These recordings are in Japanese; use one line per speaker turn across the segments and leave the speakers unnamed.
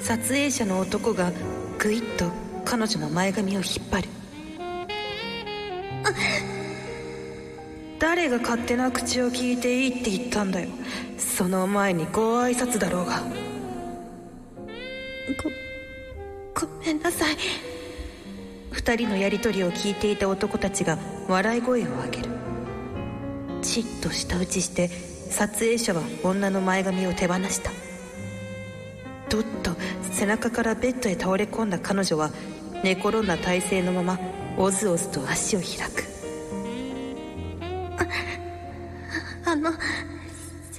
撮影者の男がぐいっと彼女の前髪を引っ張る誰が勝手な口を聞いていいって言ったんだよその前にご挨拶だろうが
ごめんなさい
二人のやりとりを聞いていた男たちが笑い声を上げるちっと舌打ちして撮影者は女の前髪を手放したどっと背中からベッドへ倒れ込んだ彼女は寝転んだ体勢のままおずおずと足を開く
あのす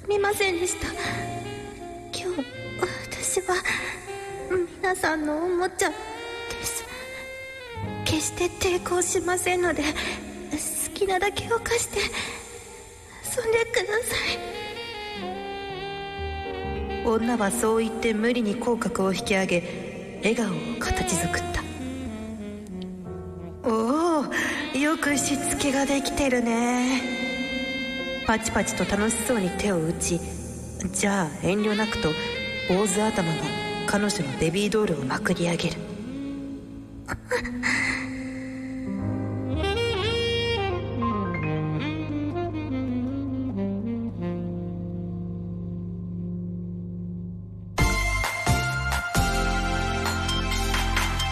みませんでした今日私は皆さんのおもちゃです決して抵抗しませんので好きなだけを貸して遊んでくだ
さい女はそう言って無理に口角を引き上げ笑顔を形作ったおおよくしつけができてるねパチパチと楽しそうに手を打ちじゃあ遠慮なくと坊主頭が彼女のベビードールをまくり上げる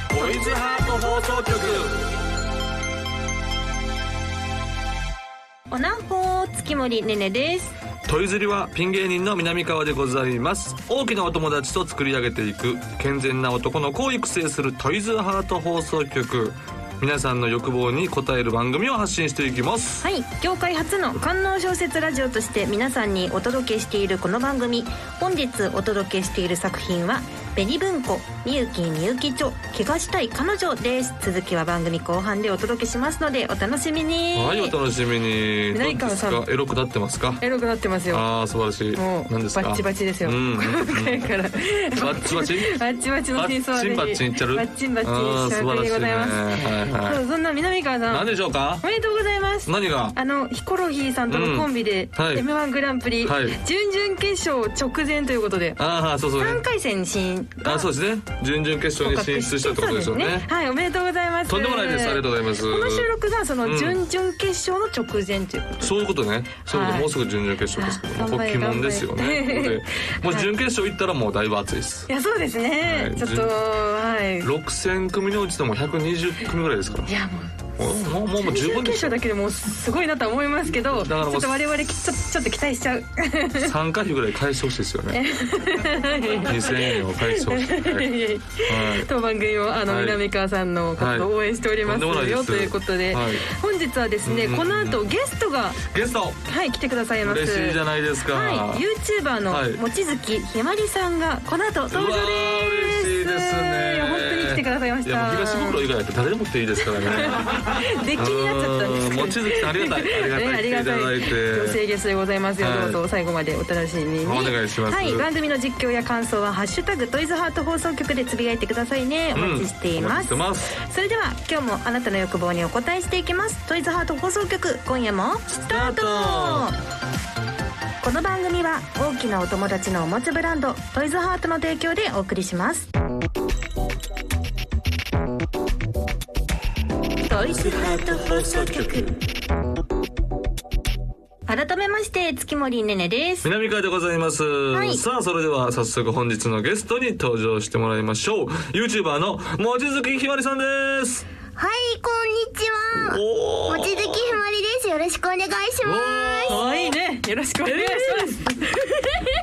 トイズハート放送局
おなんぽ月森ねねです
トイズリはピン芸人の南川でございます大きなお友達と作り上げていく健全な男の子を育成するトイズハート放送局皆さんの欲望に応える番組を発信していきます
はい業界初の官能小説ラジオとして皆さんにお届けしているこの番組本日お届けしている作品は「紅文庫みゆきみゆき著怪我したい彼女」です続きは番組後半でお届けしますのでお楽しみに
はいお楽しみに
南川さん
どうですかエロくなってますか
エロくなってますよ
ああ素晴らしい
もう
何ですか
バッチ バチですよ
うん
今回から
バッチバチ
バッチバチの真相はぜひ
バッチンバッチンいっちゃる
バッチンバッチン
あー
しちゃうわけでございます
素晴らしいね はいはい
そうそんな南川さ
何
ん
でしょうか
おめでとうございます
何が
あのヒコロヒーさんとのコンビで、
うんはい
m 1グランプリ、
はい
準々決勝直前ということで
ああそうそうね
3回戦進
あ
が
そうですね準々決勝に進出したってことですよ
そう
ね
はいおめでとうございます
とんでもないですありがとうございます
この収録がそ
うん
の準々決勝の直前ということで、
そういうことねそういうこ
は
と
い
もうすぐ準々決勝ですけども
あ
これ鬼
頑張れ
門ですよね
頑張 れ
でもし準決勝行ったらもうだいぶ熱いです
いやそうですね、
はい
ちょっとはい
6000組のうちでも120組ぐらいですから
いやもう
もうもうもう
準
十
々決
分です
勝だけでもうすごいなとは思いますけど
だ
ち
からも
ょ
う
っと我々きちょちょっと期待しちゃう
参加費ぐらい返してほしいですよね 2000円を返してほしいはいはい
当番組もあの、
はい
南川さんの活動を応援しておりますよ、
はいとんでもないです
ということで、
はい
本日はですね、
うん
この後ゲストが
ゲスト
はい来てくださいます
嬉しいじゃないですか
はい、YouTuber
はい
の望月ひまりさんがこの後登場です
うわー嬉しいですね
いや本当に来てくださいました
いやもう東袋以外だって誰でも来ていいですから ね
で気になっちゃったんですけど
うん望月さんありがたいありがたい
ねありがたい
来ていただいて
女性ゲストでございますよ、
はい
どうぞ最後までお楽しみに
お願いします
はい、番組の実況や感想は「ハッシュタグトイズハート放送局」でつぶやいてくださいねお待ちしています,、
うんお待ちして
それでは今日もあなたの欲望にお答えしていきますトイズハート放送局今夜もスタートこの番組は大きなお友達のおもちゃブランドトイズハートの提供でお送りしますトイズハート放送局改めまして月森ねねです
南川でございます、
い
さあそれでは早速本日のゲストに登場してもらいましょう YouTuber の望月ひまりさんです
はい、こんにちは。
お
望月ひまりです。よろしくお願いしま
可愛いねよろしくお願いします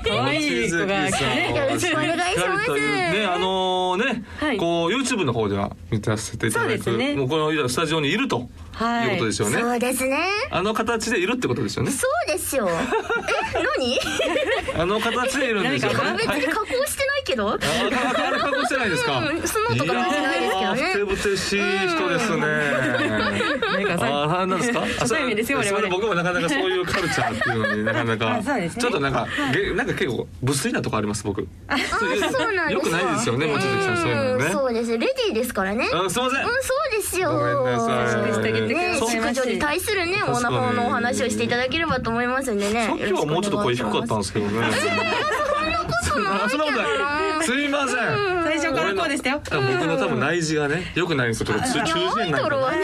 可愛、い子が来たね
よろしくお願いします
ね、あのね、
はい
こう YouTube の方では見させていただ
そ
く、
うですね
もうこのスタジオにいるという
はい
ことですよ
す。
ね。
そうですね。
あの形でいるってことですよね。
そうで すよ。え、何？
あの形でいるんですよね。
なん
別に加工してないけど。
あああれ加工してないで すか。
うんそのとか関係ないですけどね
いやーふてぶてしい人ですね。
なんかさ
ああなん ですか。あ
初対面ですよ
それ
我々
僕もなかなかそういうカルチャーっていうのになかな か。
あそうですね
ちょっとなんか、げなんか結構無粋なとこあります僕。あ
そうなんですよ
よくないですよね望月さんそういうの
うん
ね。
そうです。レディーですからね。うん、
あすいません。
そうですよ。
ごめんなさい。
してあげてくだ
ね、
さい
淑女に対するね、
確
オ
か
ナ
に
ホのお話をしていただければと思いますんでね。
さっきはもうちょっと声低かったんですけどね。
そんなこと
あそんなことないすいません
うん
最初からこうでしたよ。
多分僕の多分内耳がね良くないんですよちょっとつ中
ア
耳
イ
炎な
ド
ん
ル
で
はね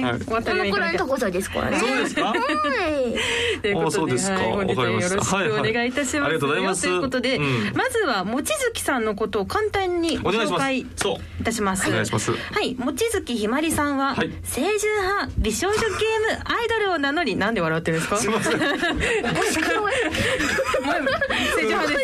ね、
はい
終わっ
こ
たよう
の
に
く
行から
い
な
の
きゃ
高さですからね
そうですか
はい
ということ
あそうですか
はい、
わかりました
本日はよろしくお願いいたします。
はいはいありがとうございます
ということで、
うん
まずは望月さんのことを簡単にご
お願いし
紹
ます
介い
そう
たします。
お願いします
はい、望月ひまりさんは、
はい
清純派美少女ゲームアイドルを名乗り、なんで笑ってるんですか。
すいま せん
清純派で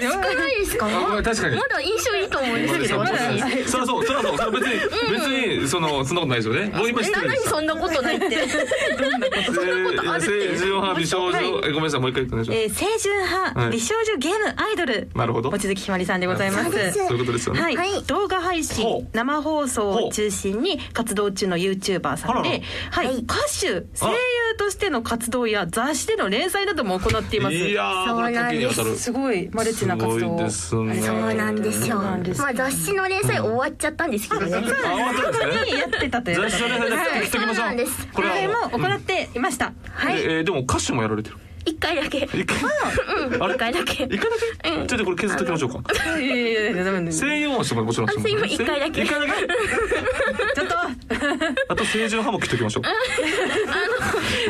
すよ。
少ないですか
あごめん確かに
まだ印象いいと思うんですけど
まだ
私
そうそうそうそうそう別に別にそのそんなことないですよね僕今知
え
ってるん
何
です
そんなことないって
えー清純派美少女えごめんなさいもう一回言ってお願いしま
えー、清純
は
派
い
美少女ゲームアイドル、
なるほど
望月ひまりさんでございます。
すそういうことですよね
はい、
はい
動画配
ほ
信
う
生放送を中心に活動中の YouTuber さん
あらら
で、はい
はい
歌手声優としての活動や雑誌での連載なども行っています
いやーこれ多岐にわたる
すごいマルチな
すご
活動
い
を
ですね
そうなんですよ
そうなんです
まあ雑誌の連載終わっちゃったんですけどね
あ終わったんですね
やってたというこ
雑誌
と
の連
で
載だけ
はい
聞きときましょ
そうなんで
う
す
これは
それも
うん
行っていました、はい
えーでも歌手もやられてる
一回だけ
一回あれ
一回だけ
一回だけちょっとこれ削っときましょうか
いやいやいやダメだ
声優音してももちろんしても
あ声優一回だけ
一回 だけ
ちょっ
あと清純派も切っときましょ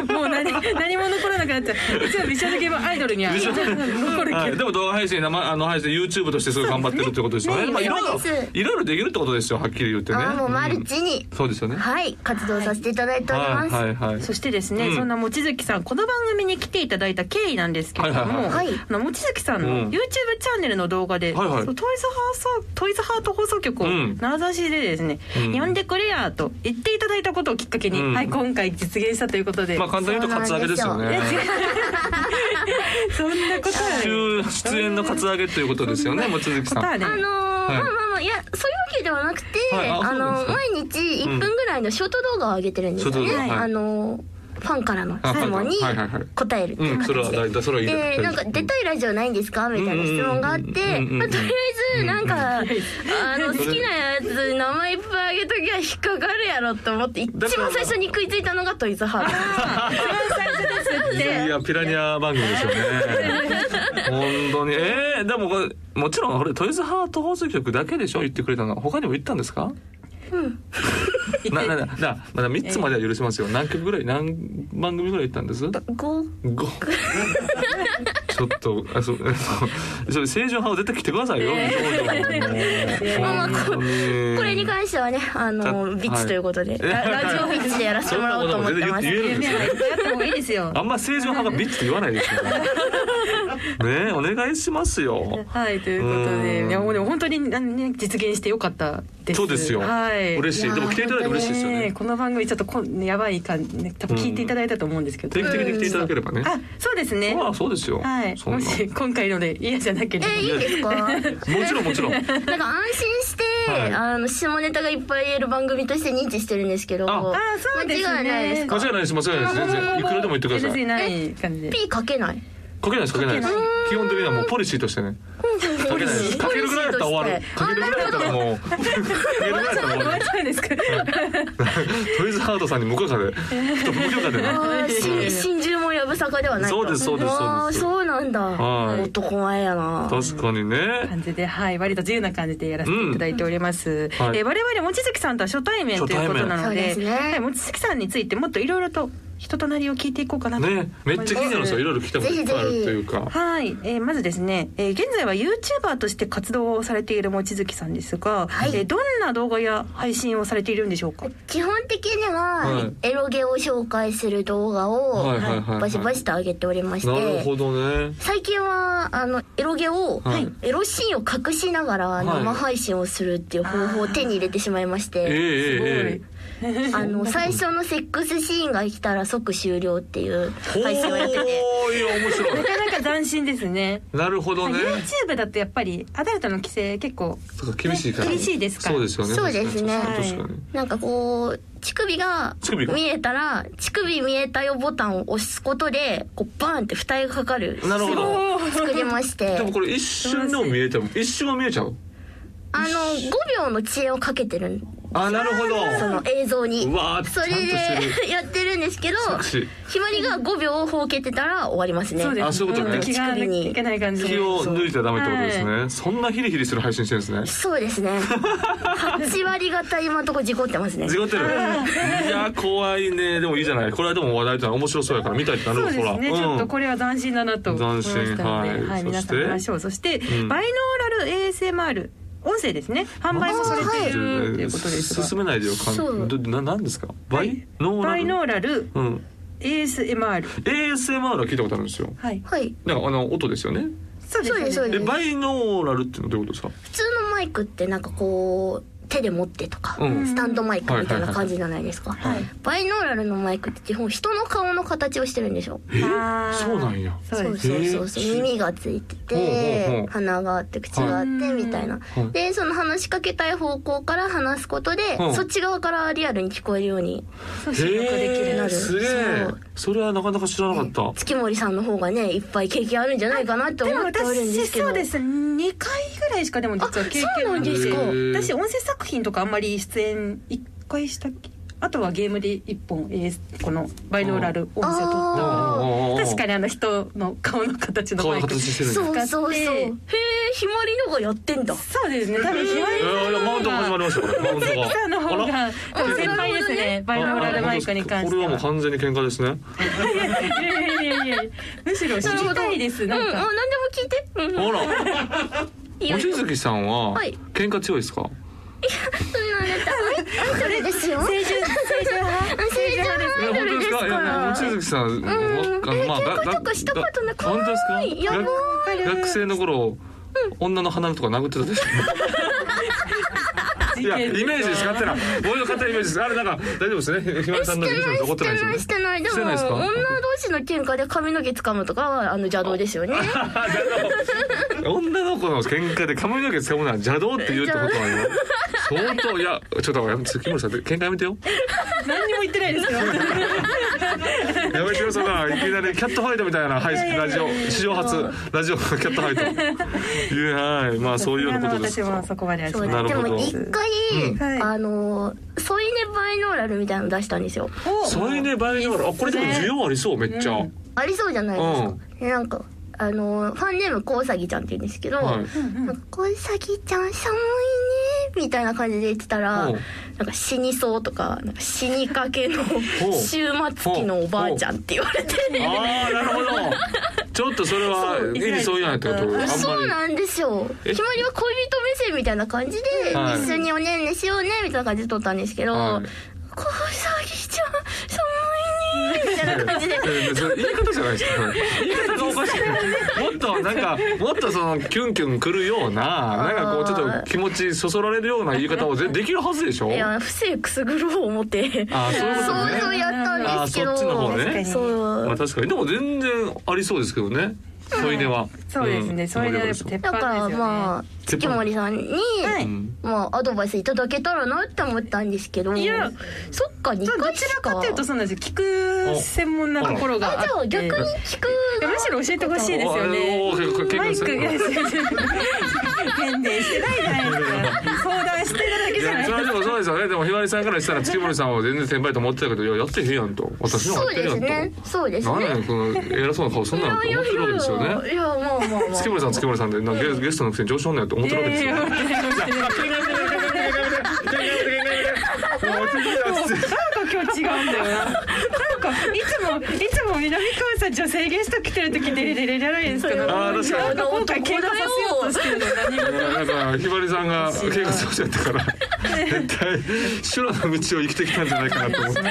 う
ともう何何も残らなくなっちゃう一応美少女ゲームアイドルには
美少女
残る
はい、でも動画配信生あの配信 YouTube としてすごい頑張ってるってことですよね
ね
まあいろいろ
そうです
いろいろできるってことですよはっきり言ってね
あーもうマル
うん
チに
そうですよね
はい活動させていただいております
はいはいはい
そしてですね、
うん
そんな望月さんこの番組に来ていただいた経緯なんですけれども、
はいはいはい
あの望月さん
う
の YouTube
ん
チャンネルの動画で、
はいはい
そのトイズハーソトイズハート放送局を
うん
名指しでですね、
うん
呼んでくれやと言っていただいたことをきっかけに、
うん
はい今回実現したということで、
まあ簡単に言うとカツアゲですよね
そんなことは
出出演のカツアゲということですよね望月
こと
さ
は
ん
ね
あのー
い
まあまあまあいやそういうわけではなくて、
はいあ
あの
そう
毎日1分ぐらいのショート動画を上げてるんですよ
ショー
ね、
ト動画はい
あのーファンからの質問に
あファンからはいはいはい
答えるって
う
いうん
それは
形で。
大体それはいい
でなんか出たいラジオないんですかみたいな質問があっ
う
て、
んうんうんうんうんうん
まあ、とりあえずな んか、あの好きなやつ名前いっぱいあげときゃ引っかかるやろと思って一
だから
番最初に食いついたのがトイズハート
いやいやピラニア番組です よね本当にえー、でもこれもちろん俺トイズハート放送局だけでしょ言ってくれたのは他にも言ったんですかうんななななまだ三つまでは許しますよ、何曲ぐらい何番組ぐらい言ったんです
五
五。ちょっとあそう えそうそれ正常派を絶対来てくださいよ。
まあまあここ
こ
れに関してはねあの
ち
ビ
ょ
ッチということで、ララジオビッチでやらせてもらおうと思ってます
そんなことも全然言えるんですよね。
やった方がいいですよ
あんま正常派がビッチって言わないです よね。ねえお願いしますよ。
はいということ
う
で
ん
いやもうでも本当にあのね実現してよかったです
そうですよ。
はい
嬉しい。でも来ていただいて嬉しいですよ
ねえ
ね。
この番組ちょっとこんやばい感じ、ね、多分聞いていただいたと思うんですけど、
定期的に来ていただければね。
あそうですね
まあそうですよ。
はい
そんな
もし今回ので嫌じゃなければ、
えいいんですか
もちろんもち ろん。
なんか安心して、
はい
あの下ネタがいっぱい言える番組として認知してるんですけど
ああ
そうですね
間違いないですか
間違いないです間違いないです全然いくらでも言ってください。
ない感じで
P かけない
かけないですかけないです基本的にはもうポリシーとしてねかけないですかけるぐらいだったら終わる
ポ
かけ
リ
る
シ
ぐらい
ー
だったらもうかけるぐらいだったら終わる
そう ですか
トイズハートさんに無許可 できっと無許可でね
あーし真珠もやぶさかではないと
そうですそうですそうです
あーそうなんだ、
はい
男前やな
確かにね
感じではい割と自由な感じでやらせていただいております、
うんはい
えー我々望月さんとは初対面ということなので
初対面そうですね
はい、望月さんについてもっといろいろと人となりを聞いていこうかなと
ねめっちゃ気になるんですよいろいろ聞いたこといっぱいあるというか
はい、えーまずですね、えー現在は YouTuber として活動をされている望月さんですが、
はい
えーどんな動画や配信をされているんでしょうか
基本的に
は
はいエロゲを紹介する動画
はい
を
はいはいはい
バシバシと上げておりまして、
なるほどね
最近はあのエロゲを、
はい
エロシーンを隠しながら生配信をするっていう方法を手に入れてしまいまし
ええ
て、
えええ
あの最初のセックスシーンが来たら即終了っていう
え
配信をやってて。
おーいや面白い
なかなか斬新ですね
なるほどね
YouTube だとやっぱりアダルトの規制結構
そうか厳しいから
厳しいですか
そうですよね
そうですね
確かに確かに
なんかこう乳首が
乳首が
見えたら乳首見えたよボタンを押すことでこうバーンって蓋がかかる
なるほど
を作りまして
でもこれ一瞬でも見えちゃう一瞬は見えちゃう
あの5秒の遅延をかけてるん
あなるほ
そ
ど
の映像に
うわー
それ
ちゃんとして
でやってるんですけど
作詞
ひまりが5秒ほうけてたら終わりますね
そうです
あそういうことね
ん気が抜けいけない感じで
気を抜いちゃダメってことですね、そんなヒリヒリする配信してるんですね
そうです ね8割方今のとこ事故ってますね
事故ってるいや怖いねでもいいじゃないこれはでも話題というのは面白そうやから見たいってなる
そ
わ
うで
ほら
すね、ちょっとこれは斬新だなと思いましたので、
斬新はい
はい、皆
そして
さん見ましょうそして、
ん
バイノーラル ASMR 音声ですね販売もされているということです
進
が、
めないでよか
そう
な何ですかバイ、
はい
ノーラ
バ
ル
イノーラル
うん
ASMR
ASMR は聞いたことあるんですよ
はい
はい
なんかあの音ですよね
そう
そうですそう
え
です
バイノーラルってのはどういうことですか
普通のマイクってなんかこう手で持ってとか、
うん
スタンドマイクみたいな感じじゃないですか、
はい
バイノーラルのマイクって基本人の顔の形をしてるんですよ
え
あー
そうなんや
そうです
そうそうそう
へー
耳がついて
ほうほうほ
て
う
鼻があって口があって
はい
みたいな
はい
でその話しかけたい方向から話すことで
うん
そっち側からリアルに聞こえるように
そう
へ
収録できる
え
なる
すげえ
そう
それはなかなか知らなかった
月森さんの方がねいっぱい経験あるんじゃないかなって
でも
思っておるん
私
ですけど
そうです2回ぐらいしかでも実は経験
あそうなんですか
へー
私音声作品とかあんまり出演1回したっけあとはゲームで1本 AS このバイノーラル音声を撮った
あ
うんうんうんうん
確かにあの人の顔の形の
顔
マイ
の
ク
形してるんだ
そうそうそうへ
使っ
え
て
ひまりのがやってんだ
そうですね多分ひま
え
り
ーいやマウントが始まりましたこれマウントが
さんの方
あら
が多分先輩ですねバイノーラルマイクに関して
これはもう
は
完全に喧嘩ですね
いやいやいやいやむしろ知りたいです
うん
な
あ
んか
何でも聞いて
ほ
うん
ら
いいよ
望月さんは
はい
喧嘩強いですか
そんなあなたアイアイドルですよ
青春青春派
あ成
い
長ア
や
イドルですか
いや
ら
望月さんま
うんえ
あが
喧嘩とかしたことなくない
本当です
や
か
ばい
学学生の頃女の鼻とか殴ってたでしょいやイメージしかってない俺の勝手なイメージですあれなんか大丈夫ですねひまりさんのイメージ残
し
ってな
て
いですよ
な
ねしてないで
いしてないでも
すか
女同士の喧嘩で髪の毛掴むとかはあの邪道ですよね
女の子の喧嘩で髪の毛掴むのは邪道って言うってことなんよ相当いやちょっと待って木村さん喧嘩やめてよ
何にも言ってないですよ
やめてよそんないきなりキャットファイトみたいなはいラジオ史上初ラジオのキャットファイトいやはいまあそういうようなことです
私もそこまではし
そう
ない
で
なる
すで
ほど
も一回、
うん
はい
あの添い寝バイノーラルみたいなの出したんですよ
それねバイノーラルあこれでも需要ありそうめっちゃ、
うん
ありそうじゃないですか、
うん
でなんかあのファンネームコウサギちゃんって言うんですけど、
はい
なんかコウサギちゃん寒いねみたいな感じで言ってたら、
うん
なんか死にそうとかなんか死にかけの終末期のおばあちゃんって言われて、
ああなるほどちょっとそれは
そう
絵にそういないってことあんまり
そうなんですよ
え
ひまりは恋人目線みたいな感じで
はい
一緒におねんねしようねみたいな感じで撮ったんですけど「
はい
こうさぎちゃん寒いね」みたいな感じで
えーそれ言い方じゃないですか。言い方がおかしい。もっとなんかもっとそのキュンキュンくるようななんかこうちょっと気持ちそそられるような言い方をぜできるはずでしょ。
いや不正くすぐろう思って
あーそういうこ
そ
と
う
ね。
そうやったんですけど
あーそっちの方ね
確かに
ま
そ
あ
う
確かにでも全然ありそうですけどね。添い寝は。
そうですね、
ん
それで鉄
盛り上がり
だか
板
ら
ですよね。
まあ月森さんに、
はい
まあ、アドバイスいただけたらなって思ったんですけど
いや
そっか2
そうど
回
ち
し
ら
か
かというとそうなんですよ。聞く専門なところがあ
あじゃ
って、
あ逆に聞く
いやむしろ教えてほしいですよ
おーおー
ね。マイ
結構
ク
喧
が
嘩し
宣伝してないじゃないですか。相談していただけ
い
じゃ
や
ない
そ。れでもそうですよねでもひまりさんからしたら月森さんは全然先輩と思ってたけどいややってへんやんと私の方が
そう
やって
で
るや
す
んと
ねそうです
何
ね
やねんこの偉そうな顔すんなよと思ってるわけですよね
いやいやいやまあまあま あ
月森さん月森さんでなんかゲゲストのくせに上司女やと思ってるわけですよ。
いやいやいやなんか今日違うんだよな。なんかいつもいつも南川さん女性ゲスト来てる時デレデレじゃないですか。
あー
な
確かに
んか今回喧嘩させようとしてるの何も
なんかひばりさんが計画しちゃったから絶対修羅の道を生きてきたんじゃないかなと思って。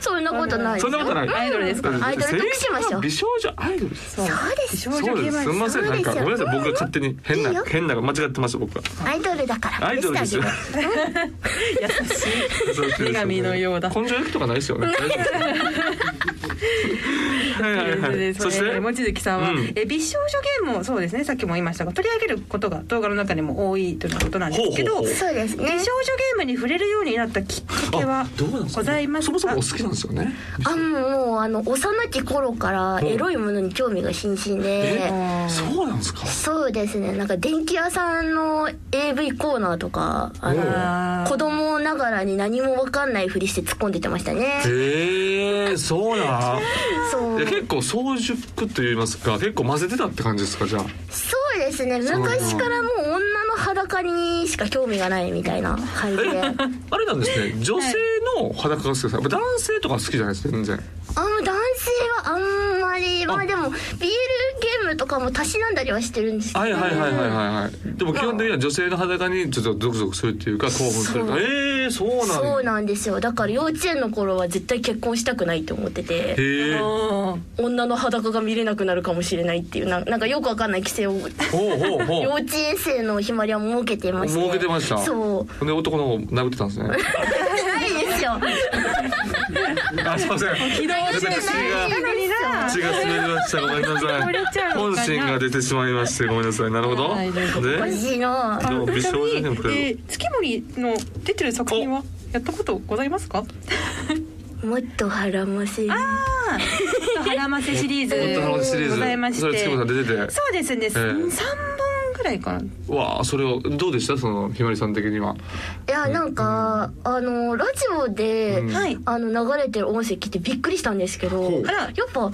そんなことないです
そんなことない。
アイドルですから。
アイドル特集しましょう
美少女アイドルです。
そうです。少
そ
女
う
ゲ
で
ー
す。すみ
ム
ませんなんかごめんなさい僕が勝手に変
いい
な
よ
変なが間違ってました僕は。
アイドルだから
アイドルですよ。
優しい。女神のようだ
根性役とかないですよね。大丈夫ですかは
と
いはいいう
こと
は
で
い。
そ
そして
れ望月さんは、
うん
え美少女ゲームをそうですねさっきも言いましたが取り上げることが動画の中でも多いということなんですけど
ほうほうほう
そうですね
美少女ゲームに触れるようになったきっかけは
あどうなんですか
ございますか
そもそもお好きなんですよね
あもうあの幼き頃からエロいものに興味が津々で
あー
そうなんですか
そうですねなんか電気屋さんの AV コーナーとかあの
あー
子供ながらに何も分かんないふりして突っ込んでてましたね
へえそうなん
そう
いや結構早熟といいますか結構混ぜてたって感じですかじゃあ
そうですね
そう
昔からもう女の裸にしか興味がないみたいな感じ であんま
あれなんですね女性の裸が好きですやっぱ男性とか好きじゃないですか全然
男性はあんまりま
あ
あでも BL ゲームとかもたしなんだりはしてるんですけど
はいはいはいはいはいはいでも基本的には女性の裸にちょっとゾクゾクするっていうか興奮する
そう
ええそうなん
そうなんですよだから幼稚園の頃は絶対結婚したくないって思ってて
へえほう
あー
女の裸が見れなくなるかもしれないっていうななんかよくわかんない規制を
ほう ほ
幼
う
稚園生のひまりは設けてました
儲けてました
そう
ほんで男の方殴ってたんですね
ないですよ
あすいません
ひどい
私が
な
血が滑りましたごめんなさ
漏れちゃう
い
のか
本
な
心が出てしまいましてごめんなさいなるほど
はい大丈夫
で
私の
でも美少女でも
ちなみにえー月森の出てる作品はやったことございますか
もっと腹ませる
腹ませシリーズ
大人のシリーズ
ございまして
それ月本さん出てて
そうですね、三
ええ
3本ぐらいかな
わあそれをどうでしたそのひまりさん的にはい
やなんかあのラジオで、
うん
はい
あの流れてる音声聞いてびっくりしたんですけ
ほ
ど
う
あら
やっぱ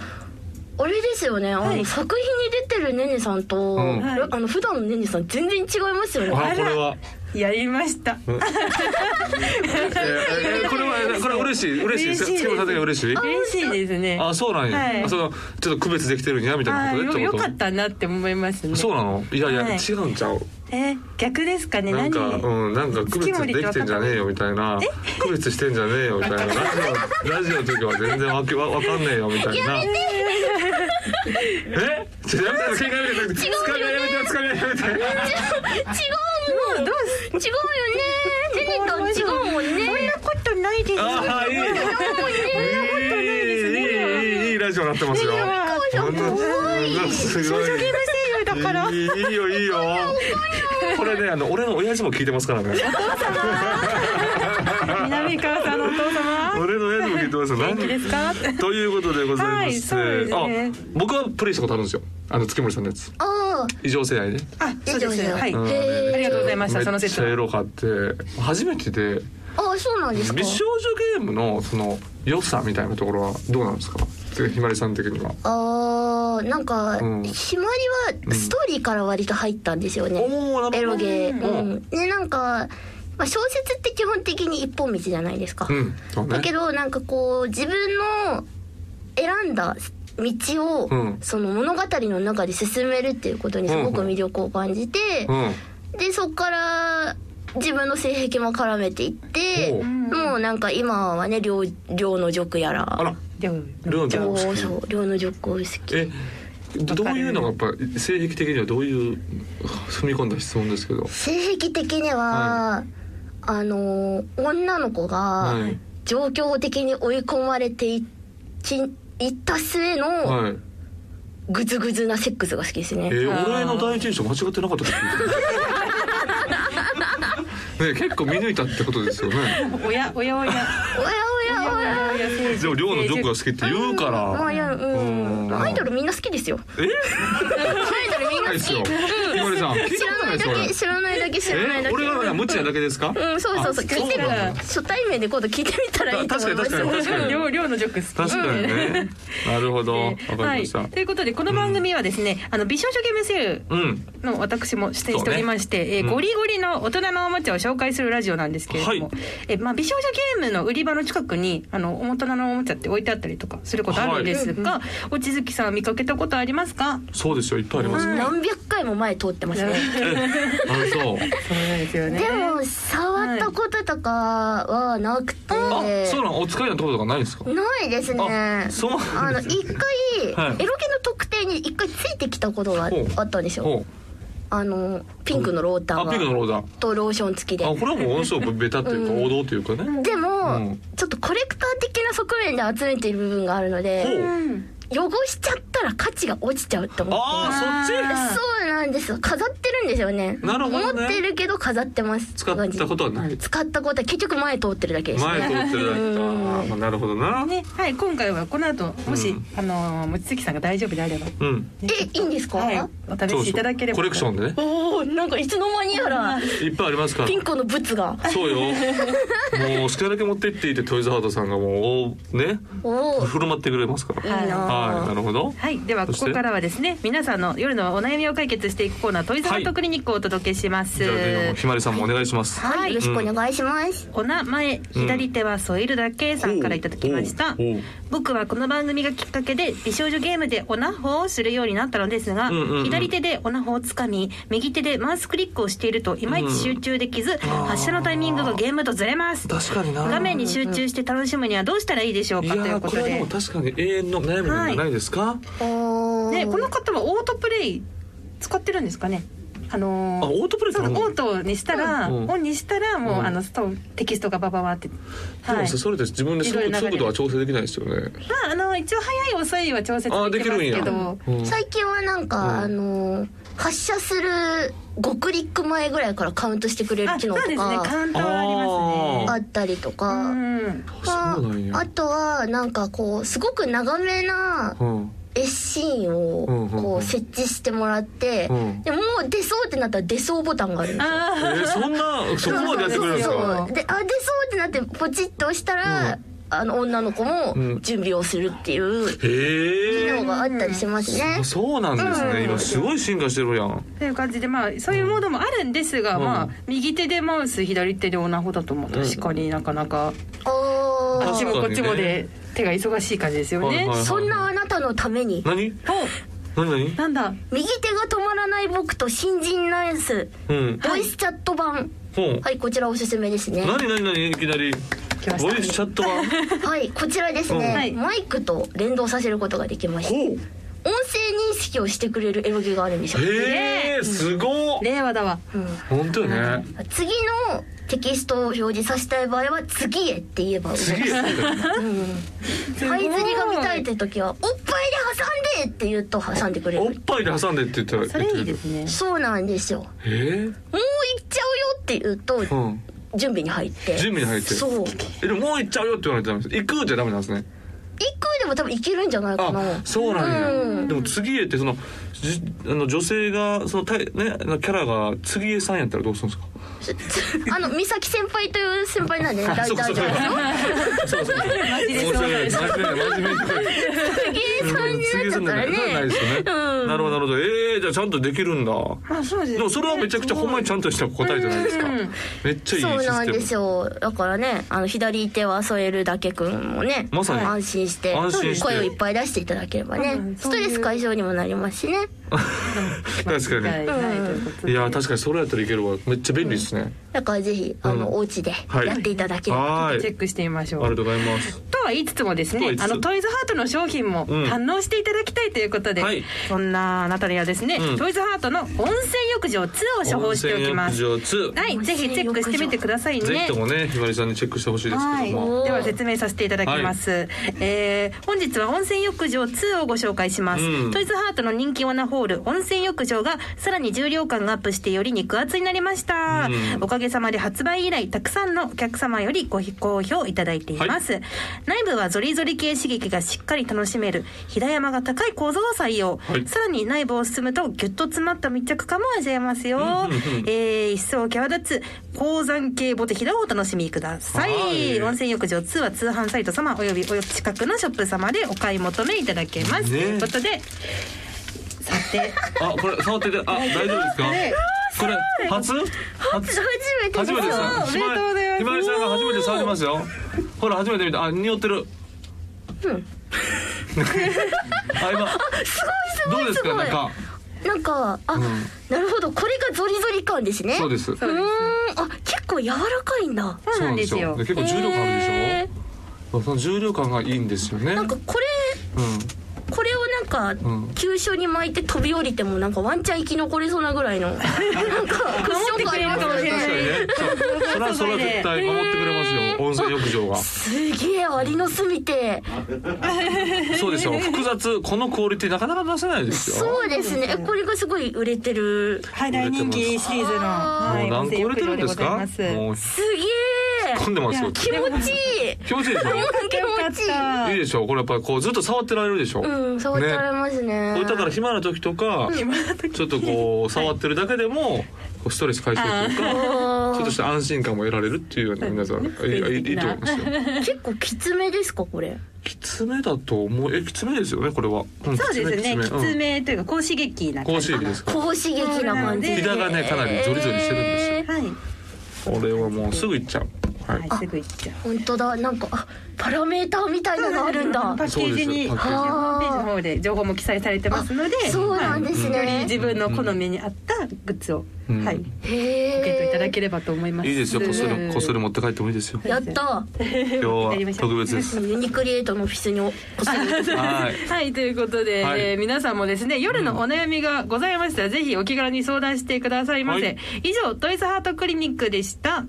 あれですよねあの、
はい
作品に出てるねねさんと、
うん
はい
あの普段のねねさん全然違いますよね
あらこれは
やりました
え ーこれはこれは嬉しい嬉しいです
嬉しいです
月本さん的には嬉しい
嬉しいですね
あそうなんや、
はい
あそのちょっと区別できてるんやみたいな
あ
こ
ー
とで
よよ
ってこと
かったなって思いますね
そうなのいやいや、
はい
違うんちゃう
えー逆ですかね
なん
何
かうんなんか区別できてんじゃねえよみたいな区別してんじゃねえよみたいなラジオラジオの時は全然わけわわかんねえよみたいなやめてえちょやめて喧嘩やめてつかみやめてつかみやめて
違うもん違うよねねねさん違うもん
そん
ね
なことないです
ああいいいいいいいいいいラジオになってますよほんとうんすごい
ゲーム声優だから
いいいいよいいよこれねあの俺の親父も聞いてますからね
南川さんのお父様
俺の親父も聞いてますよ
元気ですか
ということでございまして、
はいそうで
あ
す
僕はプレイしたことあるんですよあの月森さんのやつ
あ
異常性愛で、
あそうですはい
うん
へー
ありがとうございましたその
めっ
説
ちゃエ
は
ロかって初めてで
あああそうなんですか
美少女ゲームのその良さみたいなところはどうなんですかひまりさん的には
あーなんか、
うん
ひまりはストーリーから割と入ったんですよね、
おーなるほど
エロゲー、
う
うんん、でなんか、まあ、小説って基本的に一本道じゃないですか、
うんそうね
だけどなんかこう自分の選んだ道を、
うん
その物語の中で進めるっていうことにすごく魅力を感じて、
うん
でそっから自分の性癖も絡めていって
おう
もうなんか今はね寮寮の塾やら
あら
でも
ルーンちゃん
お
も好
ー
き
そう寮の塾好き
えどういうのがやっぱ性癖的にはどういう踏み込んだ質問ですけど
性癖的には、あの女の子が
はい
状況的に追い込まれていきいった末の
はい
グズグズなセックスが好きですね、
えー、俺の第一印象間違ってなかったです ねね結構見抜いたってことですよね
おやおやおや
おやおやおや
でも寮のジョークが好きって言うか
まあい
ら
やうん
うん
アイドルみんな好きですよ
え
アイドルみん
な
ない
で
好
すよ
き
ひまりさん聞い
知
たこ
ら
とな
ない
ですよ俺
いだけ知らないだけ知らないだ
え
け
俺は無知なだけですか
うんそうそうそう
あ
聞いてる
なんだ
初対面で今度聞いてみたらいいと思います
た
よ
確かに
量量のジョック好き
確かに ねなるほどわかりました、
はい、ということでこの番組はですね、あの美少女ゲームセール
うん
の私も出演しておりまして、えー
うん
ゴリゴリの大人のおもちゃを紹介するラジオなんですけれども、
はい
えーまあ、美少女ゲームの売り場の近くにあの大人のおもちゃって置いてあったりとかすることあるんですが、落ち月さん見かけたことありますか
そうですよいっぱいあります、
はい
何百回も前通っ てますね
あそう
そうですよね
でも触ったこととかはなくて、
あ、そうなんお使いになったことがないんですか
ないですね
あそう
あの一回、
はい
エロゲの特定に一回ついてきたことが
ほう
あったんですよ
ほ
あのピンクのロータ
う
ー
あピンクの
が
ローダー
とローション付きで
あこれはもうすごくベタというか
うん
王道というかね、
でも、
うん
ちょっとコレクター的な側面で集めている部分があるので
ほう
うん
汚しちゃったら価値が落ちちゃうと思って
ああそっち
そうなんですよ飾ってるんですよね
なるほどね
持ってるけど飾ってます
使ったことはない
使ったことは結局前通ってるだけですね
前通ってるだけか
うん
あーまあなるほどな
ね、はい、今回はこの後、もし、
うん
あのー、望月さんが大丈夫であれば。ね
うん
えいいんですか
はい、お試しいただければ。
コレクションでね
おおなんかいつの間にやら
いっぱいありますから
ピンクのブツが
そうよもう好きなだけ持って行っていいってトイズハートさんがもうおね
おお
振る舞ってくれますから
いいなー
はいなるほど
はい、では
そ
こ
して
こからはですね、皆さんの夜のお悩みを解決していくコーナー、トイズハートクリニックをお届けします。
じゃあぜひひまりさんもお願いします
はいよろしくお願いします
お名前、左手は添えるだけさんからいただきました
お。うおう
僕はこの番組がきっかけで美少女ゲームでオナホをするようになったのですが、
うんうんうん
左手でオナホをつかみ右手でマウスクリックをしているといまいち集中できず、発射のタイミングがゲームとずれます
確かにな
画面に集中して楽しむにはどうしたらいいでしょう
い
か
や
という
ー
こ
ことれはで
で
も確かに永遠の悩みなんじゃないですか
おお
ね、この方はオートプレイ使ってるんですかねあのー
あオートプレイ
そ
か
う
な
オートにしたら、
うん
オンにしたらもう、
うん
あのストテキストがバババって、
で
は
も
い
さ、それって自分で速
いろいろ流れる
速度は調整できないですよね
まああの一応早い遅いは調節
あー
でき
でき
ま
る
す
んや
けど、
うん
最近はなんか、
うん
あのー発射する5クリック前ぐらいからカウントしてくれる
あ
機
そう
能
ですね
とか
カウンターはありますね
あったりとか、
うん
そうなんや
あとはなんかこうすごく長めな
うん
エッシーンを
うんうん
こ
うん
う設置してもらって、
うん
でもう出そうってなったら出そうボタンがあるんですよ。
え
あ
ーそん なそこまでやってくれるんです
そう
か
そうであ出そうってなってポチッと押したら、
うん
あの女の子も
うん
準備をするっていう機
へえ
能があったりしますね。
あそうなんですね、今すごい進化してるやん
あという感じでまあそういうモードもあるんですが、
うん
まあ右手でマウス左手でオナホだとも確かになかなか、
あ
あっ
ー
ちもこっちもで手が忙しい感じですよね。
はいはい
そんなあなたのために
何
お
何何
なんだ
右手が止まらない僕と新人ナイス
うん
ボイスチャット版
本
はいこちらおすすめですね
何何何いきなり
来ました
ボイスチャットは
はいこちらですね、
はい
マイクと連動させることができまして音
ほ
声認識をしてくれるエロゲがあるんです
う
よ
へえすごっ
令和だわ。
本当よね
次のテキストを表示させたい場合は「次へ」って言えば動く
次へ
はい釣りが見たいって時は「おっぱいで挟んで!」って言うと挟んでくれ
おっ
る
ぱいで挟んでって言ったら
それいいですね。
そうなんですよもう
えー
行っちゃうよって言うと
うん
準備に入って
準備に入って
そう
えでももう行っちゃうよって言われてダメです行くじゃダメなんですね
一回でも多分いけるんじゃないかな
あそうなん
う
や
ん
でも次へってそのじあの女性がそのたいねあのキャラが次へさんやったらどうするんですか
あの美咲先輩という先輩なんで 大
そ
丈
うかそ
夫
うか
ですよ
そうそうそう
マジでそうです。
申し訳ない真面目に真面目に
次さんになっちゃったら
そうなん
ね
ですよね。なるほどなるほど。えー、じゃあちゃんとできるんだ。
まあそうです、ね。
でもそれはめちゃくちゃほんまにちゃんとした答えじゃないですか。めっちゃいいシステ
そ
ム。
うなんですよだからねあの左手は添えるだけくんもね
まさに
安心して
安心して
声をいっぱい出していただければ
う
ね
ん
ストレス解消にもなりますしね
は
確かに。
いということ
い
で
やー確かにそれやったらいけるわ。めっちゃ便利ですね。
だからぜひあの、
うん
お家で
はい
やっていただければ、
はーい。あ
チ
り
ェックしてみましょう。
がとうございます。
とは言いつつもです
とは言
ね
いつつ
あのトイズハートの商品も
うん
反応していただきたいということで、
はい
そんなあなたにはですね、
うん
トイズハートの温泉浴場2を処方しておきます
温泉浴場2。
はいぜひチェックしてみてください
ぜひ
ね
ともねひまりさんにチェックしてほしいです
は
け
い、
ども。
では説明させていただきます、えー本日は温泉浴場2をご紹介します、
うん
トイズハートの人気オナホール温泉浴場がさらに重量感がアップしてより肉厚になりました、
うん
おかげさまで発売以来たくさんのお客様よりご好評いただいています、内部はゾリゾリ系刺激がしっかり楽しめる平山が高い構造を採用、
はい
さらに内部を進むとギュッと詰まった密着感も味わえますよ、えー一層際立つ鉱山系ボテヒラをお楽しみください
はい
温泉浴場2は通販サイト様およびお近くのショップ様でお買い求めいただけます、
ね
ということでさて
あこれ触っててあ大丈夫ですか
ね。
これ初初初めてです
おめでとうございます
ひまりさんが初めて触りますよほら初めて見たあ匂ってるうん あ今
すごい
どうです
す
か
ごい
中
なんかあ、なるほどこれがゾリゾリ感ですね
そうです
うーんあ結構柔らかいんだ
そうなんですよ
そう結構重量感あるでしょ、
へ
その重量感がいいんですよね
なんかこれ
う
これをなんか、
ん
急所に巻いて飛び降りてもなんかワンチャン生き残れそうなぐら いのなんかクッション感ありますよ
守ってくれるかもしれ
ん確かにねそうそ
ね
れはそれは絶対守ってくれますよ温泉浴場が
すげえ割の隅って
そうでしょ複雑このクオリティなかなか出せないですよ
そうですねえこれがすごい売れてる
はい大人気シリーズの、は
もう
い、
何個売れてるんですか
温泉浴場
もう
すげえ
混んでますよ
気持ちいい
気持ちいいでし
気持ちいい
ございますよかった
ょいいでしょこれやっぱりこうずっと触ってられるでしょ
うん触ってられ
ね
ますね
こういったから暇な時とかちょっとこう触ってるだけでもこうストレス解消というかちょっとした安心感も得られるっていうような皆さんいいいいと思いますよ
結構きつめですかこれ
きつめだと思うえきつめですよねこれは、ん
そうですねきつ
うん
めというか高刺激な
高
感じ
刺激ですか
高刺激な感じで
膝がねかなりジョリジョリしてるんですよ
えー
はい、
これはもうすぐ行っちゃうはい、
はい、すぐ行っちゃう
本当だなんかあパラメーターみたいなのあるんだ
パッケージに
そ
ホ
うですよ
ームページの方で情報も記載されてますので
そうなんです
はいより
ね
自分の好みに合ったグッズを、
うん
はい
へ
受け取いただ
え
ければと思います
いいですよこっそりこっそり
も
持って帰ってもいいですよ
やった
今日は特別です
ユニクリエイトのオフィスにお越しに
はい
はいということで、
はい
えー皆さんもですね夜のお悩みがございましたら、ぜひお気軽に相談してくださいませ、
はい
以上トイズハートクリニックでした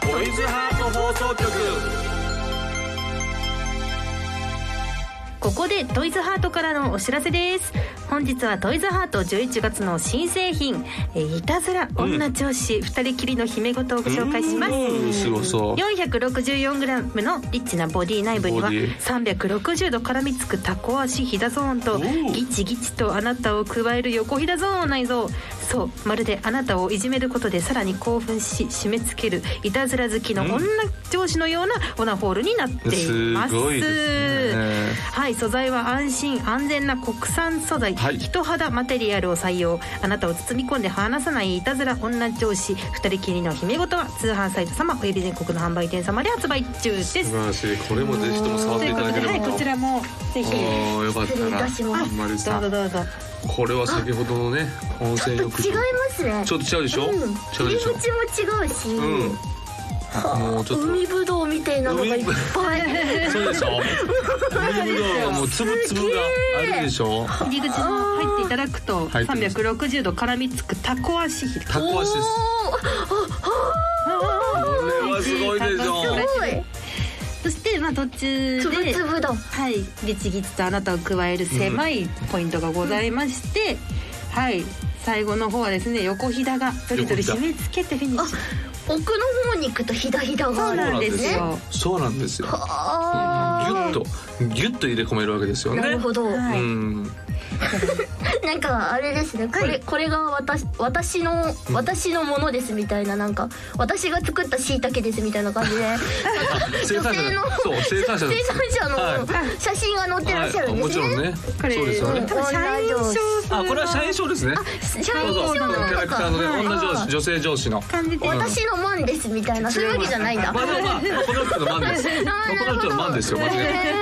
トイズハート放送局
ここでトイズハートからのお知らせです本日はトイズハート11月の新製品「えーいたずら女調子二人きりの姫事」をご紹介します
うんすごそう
464g のリッチなボディ内部には
ボディ
360度絡みつくタコ足ひだゾーンと
ー
ギチギチとあなたを加える横ひだゾーンを内蔵そうまるであなたをいじめることでさらに興奮し締め付けるいたずら好きの女上司のようなオナホールになっています
すごいですね
はい素材は安心安全な国産素材、
はい
人肌マテリアルを採用あなたを包み込んで離さないいたずら女上司二人きりの姫事は通販サイト様および全国の販売店様で発売中です
素晴らしいこれもぜひとも触っ
と
て
い
いう
こ
た
と
だけ
で、
れば
はい、こちらもぜひど
おーよかったな
失礼いたします
あんまり
う
さ
ぞどうぞ
これは先ほどのね温泉浴場
違いますね
ちょっと違うでしょ、
うん
違う
入
で
り
しょ
口も違うし、
うんもうちょっと
海ぶどうみたいなのがいっぱい
そうでしょ海ぶどうはもう粒々があるでしょ
入り口の入っていただくと
入ってます
360度絡みつくタコ足ひ
タコ足ですこれはすごいでしょ
すごい
そしてまあ途中
つぶ
で
つぶだ
はい、ギチギチとあなたを加える狭いポイントがございまして、はい最後の方はですね横ひだがドリドリ締め付けてフィニッシュ
奥の方に行くとひだひだがあ
そう
る
なんですよ
そうなんですよ
あ
ギュッとギュッと入れ込めるわけですよ
ーな
ね
るほど、
は
う
い
ん
なんかあれですねこれ、
はい
これが私私の私のものですみたいななんか私が作ったしいたけですみたいな感じで
生産者のそう生産者の
生産者の
はい
写真が載ってらっしゃる
はい
ん
も
で
ち
すね、
ろんね
これ
そうですよね
多分社員証
あこれは社員証ですね
社
そうそ
員
うキ
証な
ャラ
の
クター
か
のね
はい
女上司女性上司の
感じで
私のマンですみたいなそういうわけじゃないんだ
まあでもまあこの人のマンですこの人のマンですよ間違いない
へ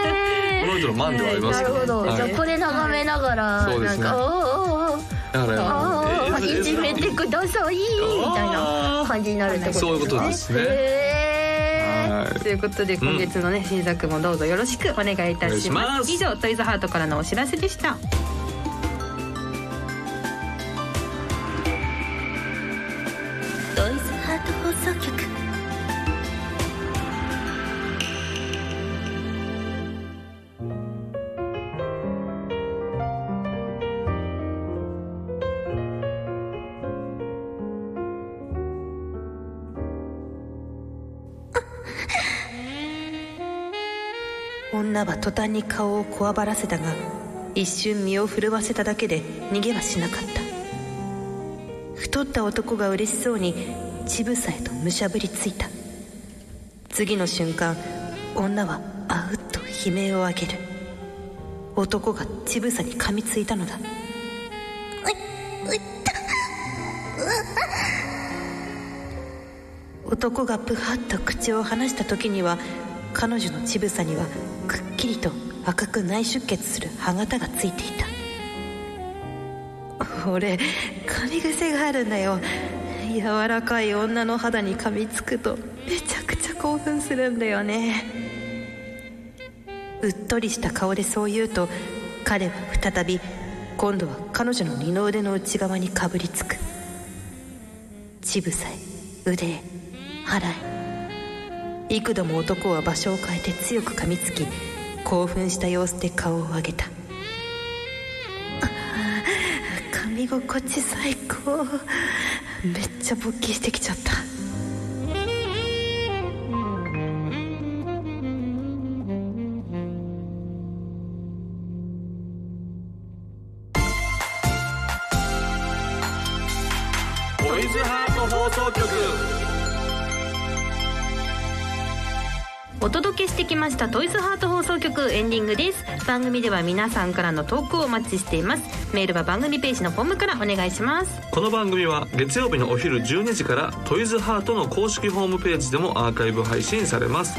この人のマンではあり
ー
ます
な
け
るほど、
はい
じゃあこれ眺めながら、
そうで
な
す
ん
ね
かおーおーおー
だから
あ
あ
あ
の
いじめてくださいみたいな感じになるってこと
そういうことですね。
へ
は
ということで今月のね、新作もどうぞよろしくお願いいたします
お願いします
以上トイズハートからのお知らせでした
ドイズハート放送局
女は途端に顔をこわばらせたが一瞬身を震わせただけで逃げはしなかった太った男が嬉しそうに乳房へとむしゃぶりついた次の瞬間女はあうっと悲鳴を上げる男が乳房に噛みついたのだ男がプハッと口を離した時には彼女の乳房にはくっきりと赤く内出血する歯型がついていた俺噛み癖があるんだよ柔らかい女の肌に噛みつくとめちゃくちゃ興奮するんだよねうっとりした顔でそう言うと彼は再び今度は彼女の二の腕の内側にかぶりつく乳房へ腕へ腹へ幾度も男は場所を変えて強く噛みつき興奮した様子で顔を上げた噛み心地最高めっちゃ勃起してきちゃった
トイズハート放送局
お届けしてきましたトイズハート放送局エンディングです番組では皆さんからの投稿をお待ちしていますメールは番組ページのフォームからお願いします
この番組は月曜日のお昼12時からトイズハートの公式ホームページでもアーカイブ配信されます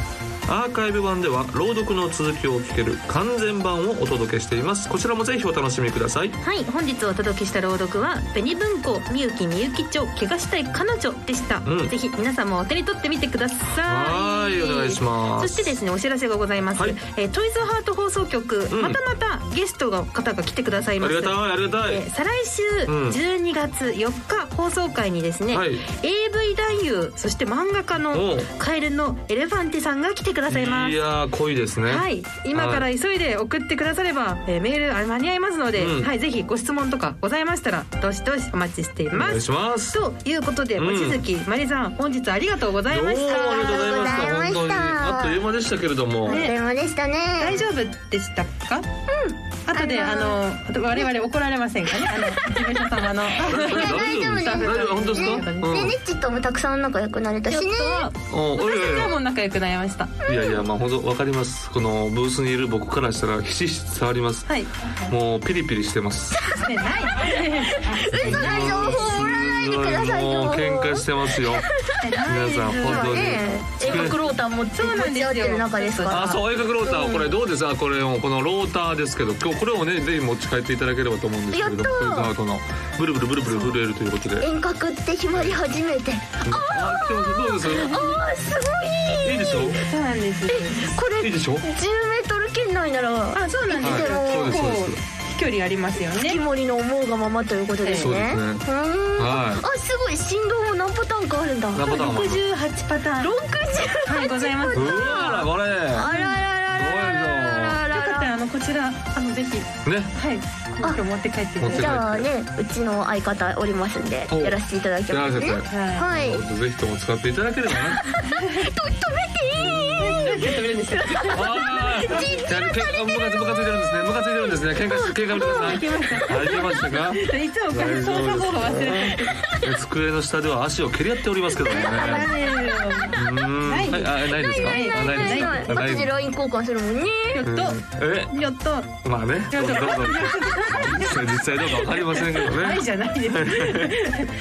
アーカイブ版では朗読の続きを聞ける完全版をお届けしていますこちらもぜひお楽しみください
はい本日お届けした朗読は紅文庫みゆきみゆき町怪我したい彼女でした、
うん
ぜひ皆さんもお手に取ってみてくださ
はいーいお願いします
そしてですねお知らせがございます、
はい
えートイズハート放送局、
うん
またまたゲストの方が来てください
あ
ます
りがたいありがたい、
えー再来週
うん
12月4日放送回にですね、
はい
AV 男優そして漫画家の
おう
カエルのエレファンテさんが来てくださいま
い
す
やー濃いですね
はい今から
はい
急いで送ってくだされば、えーメールあ間に合いますので、
うん
はい、ぜひご質問とかございましたらどしどしお待ちしてい
お
ま
願い
す
します
ということで
うん
望月まりさん本日ありがとうございまし
どうもありがとうございました
ありが
本
と
当
うございまし
に
た
あっという間でしたけれども、
ね
電話でしたね
た大丈夫でしたかうん後であ
あの
のあと我々怒られませんかねあの事務所様 の
いや大丈夫です
大丈夫本当ですか、
ね
うん
ねねっちともたくさん仲良くなれた
ちょ
し
っ
ね
とは
おおい
私は
や
いも
や
う仲良くなりました
いやいやまあ本当わかりますこのブースにいる僕からしたらひしひし触ります、
はい
もうピリピリしてます
してない
嘘の情報を売らないでくださいよ
もう喧嘩してますよ皆さん本当に、
ねえ
作れ
遠隔ローター持って
そうなんですよ
持ち合ってる中ですから
あそうお絵かきローター、これどうですかこれをこのローターですけど今日これをねぜひ持ち帰っていただければと思うんですけれども
やっ
ク
たー
イズハートのブルブルブルブル震えるということで
遠隔って決まり始めて
あでもどうです
あーす
い
ご
いでしょ
そうなんです
いこれ
いいでしょ
10メートル圏内なら
あそうなんです
はい
よ、
そう
で
結
すそう
構
で
飛距離ありますよ
木
ね
盛りの思うがままということです
そうで
ね
すね
うーん
はい
あすごい振動も何パターンかあるんだ
何パターンもある
68パターン
60
はいございます
う
よ
わーこれ
あららららららら
かった
ら
らあのこちらあのぜひ
ね
はい今日持って帰っていただい
持って
じ
て
ゃあねうちの相方おりますんで
お
やらせていただき
や
ま
ら
す
せて、
ね
は
はい
ほんとぜひとも使っていただければな
いやってくれるんですよ
あーじゃあけんムカつムカついてるんですねムカついてるんですね喧嘩し喧嘩見てください
いけました
あいけました か
いつもこれ操作方法忘れてる
え机の下では足を蹴り合っておりますけどもねうーん
ない
はいあないですか
ない
あ
ないな
な
いな
で
いい
すかあない
後で LINE 交換するもんね
やっ
うん
とやっと
えまあねどうどうどう実際実際どうかわかりませんけど
な
ね
いじゃないで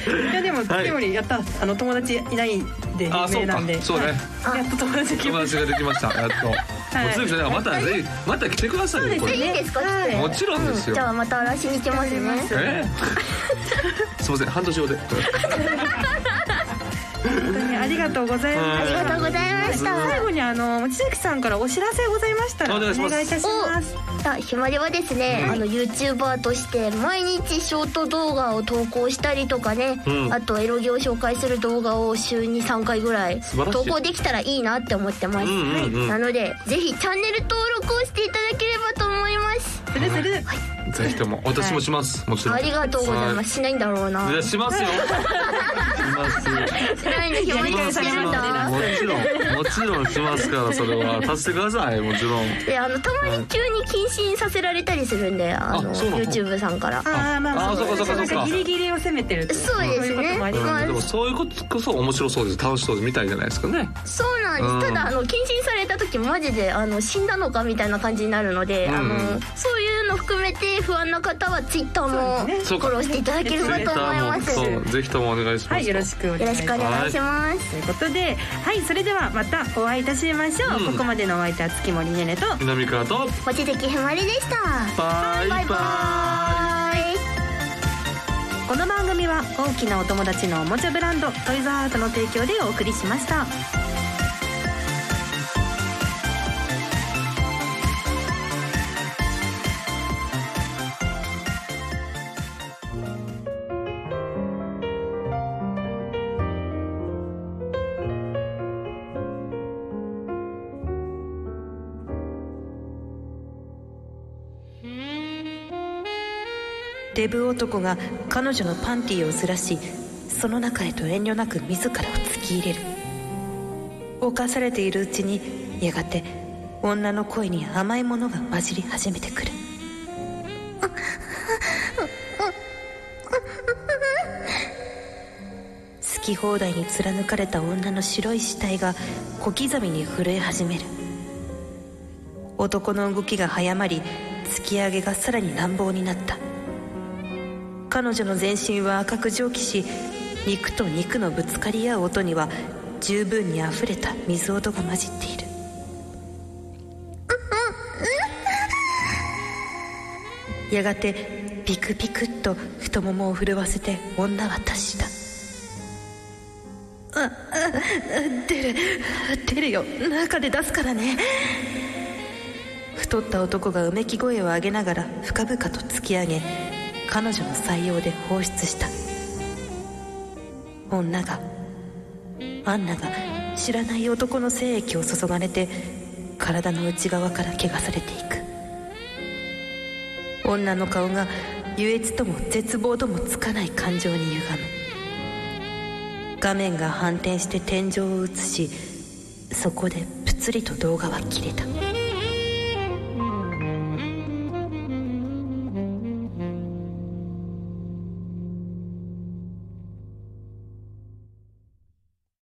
すいやでも
はい
月森やったあの友達いないで
あ
有
そ
名
う
な
か
んで
そうね
はいやっと友達来
友
ま
達ができましたやっと望月さんだからまたぜひまた来てくださいよこ
え
れ
いいですか来て
もちろんですよ
じゃあまた荒らしに行きますね
ええすいません半年後で
本当にありがとうございます
ありがとうございました
最後にあの望月さんからお知らせございましたら
お
お
願
願
い
い
し
いた
ます
します。
さあひまりはですね、あの YouTuber として毎日ショート動画を投稿したりとかね、
うん
あとエロゲを紹介する動画を週に3回ぐらい
素晴らしい
投稿できたらいいなって思ってます、
うんうんうん
なのでぜひチャンネル登録をしていただければと思います
するする。
ぜひとも私もしますもちろん
ありがとうございますしないんだろうな
はいいやしますよ します
しないのひまりがしてるんだ
もちろんもちろんしますからそれはさせてくださいもちろん
であのたまに急に謹慎させられたりするんであの
あそうなの
YouTube さんから
ああまあま
あ
あ
そうかそうかそうか
なんギリギリを攻めてる。
そうです
そういうこ
ね
ともあり
うん
まあ
でもそういうことこそ面白そうです楽しそうでみたいじゃないですかね
そうなんです、
うん
ただあの検診された時マジであの死んだのかみたいな感じになるので、
うん
あのそういうの含めて不安な方はツイッターも
そうですね
フォローしていただければと思います
そ
よ
うぜひともお願いします
はいよろしくお願
ろ
い
し
し
くお
ます。
願いします、
ということで、はいそれではまたお会いいたしましょう。
うん
ここまでのお相手は月森ねねと。
南川と
望月ひまりでした
バイバ
バイバーイ
この番組は大きなお友達のおもちゃブランドトイズハートの提供でお送りしました。
デブ男が彼女のパンティーをずらしその中へと遠慮なく自らを突き入れる犯されているうちにやがて女の声に甘いものが混じり始めてくる好き放題に貫かれた女の白い死体が小刻みに震え始める男の動きが早まり突き上げがさらに乱暴になった彼女の全身は赤く蒸気し肉と肉のぶつかり合う音には十分にあふれた水音が混じっているやがてビクビクっと太ももを震わせて女は達したああ出る出るよ中で出すからね太った男がうめき声を上げながら深々と突き上げ彼女の採用で放出した女がアンナが知らない男の精液を注がれて体の内側から汚されていく女の顔が優越とも絶望ともつかない感情に歪む画面が反転して天井を映しそこでぷつりと動画は切れた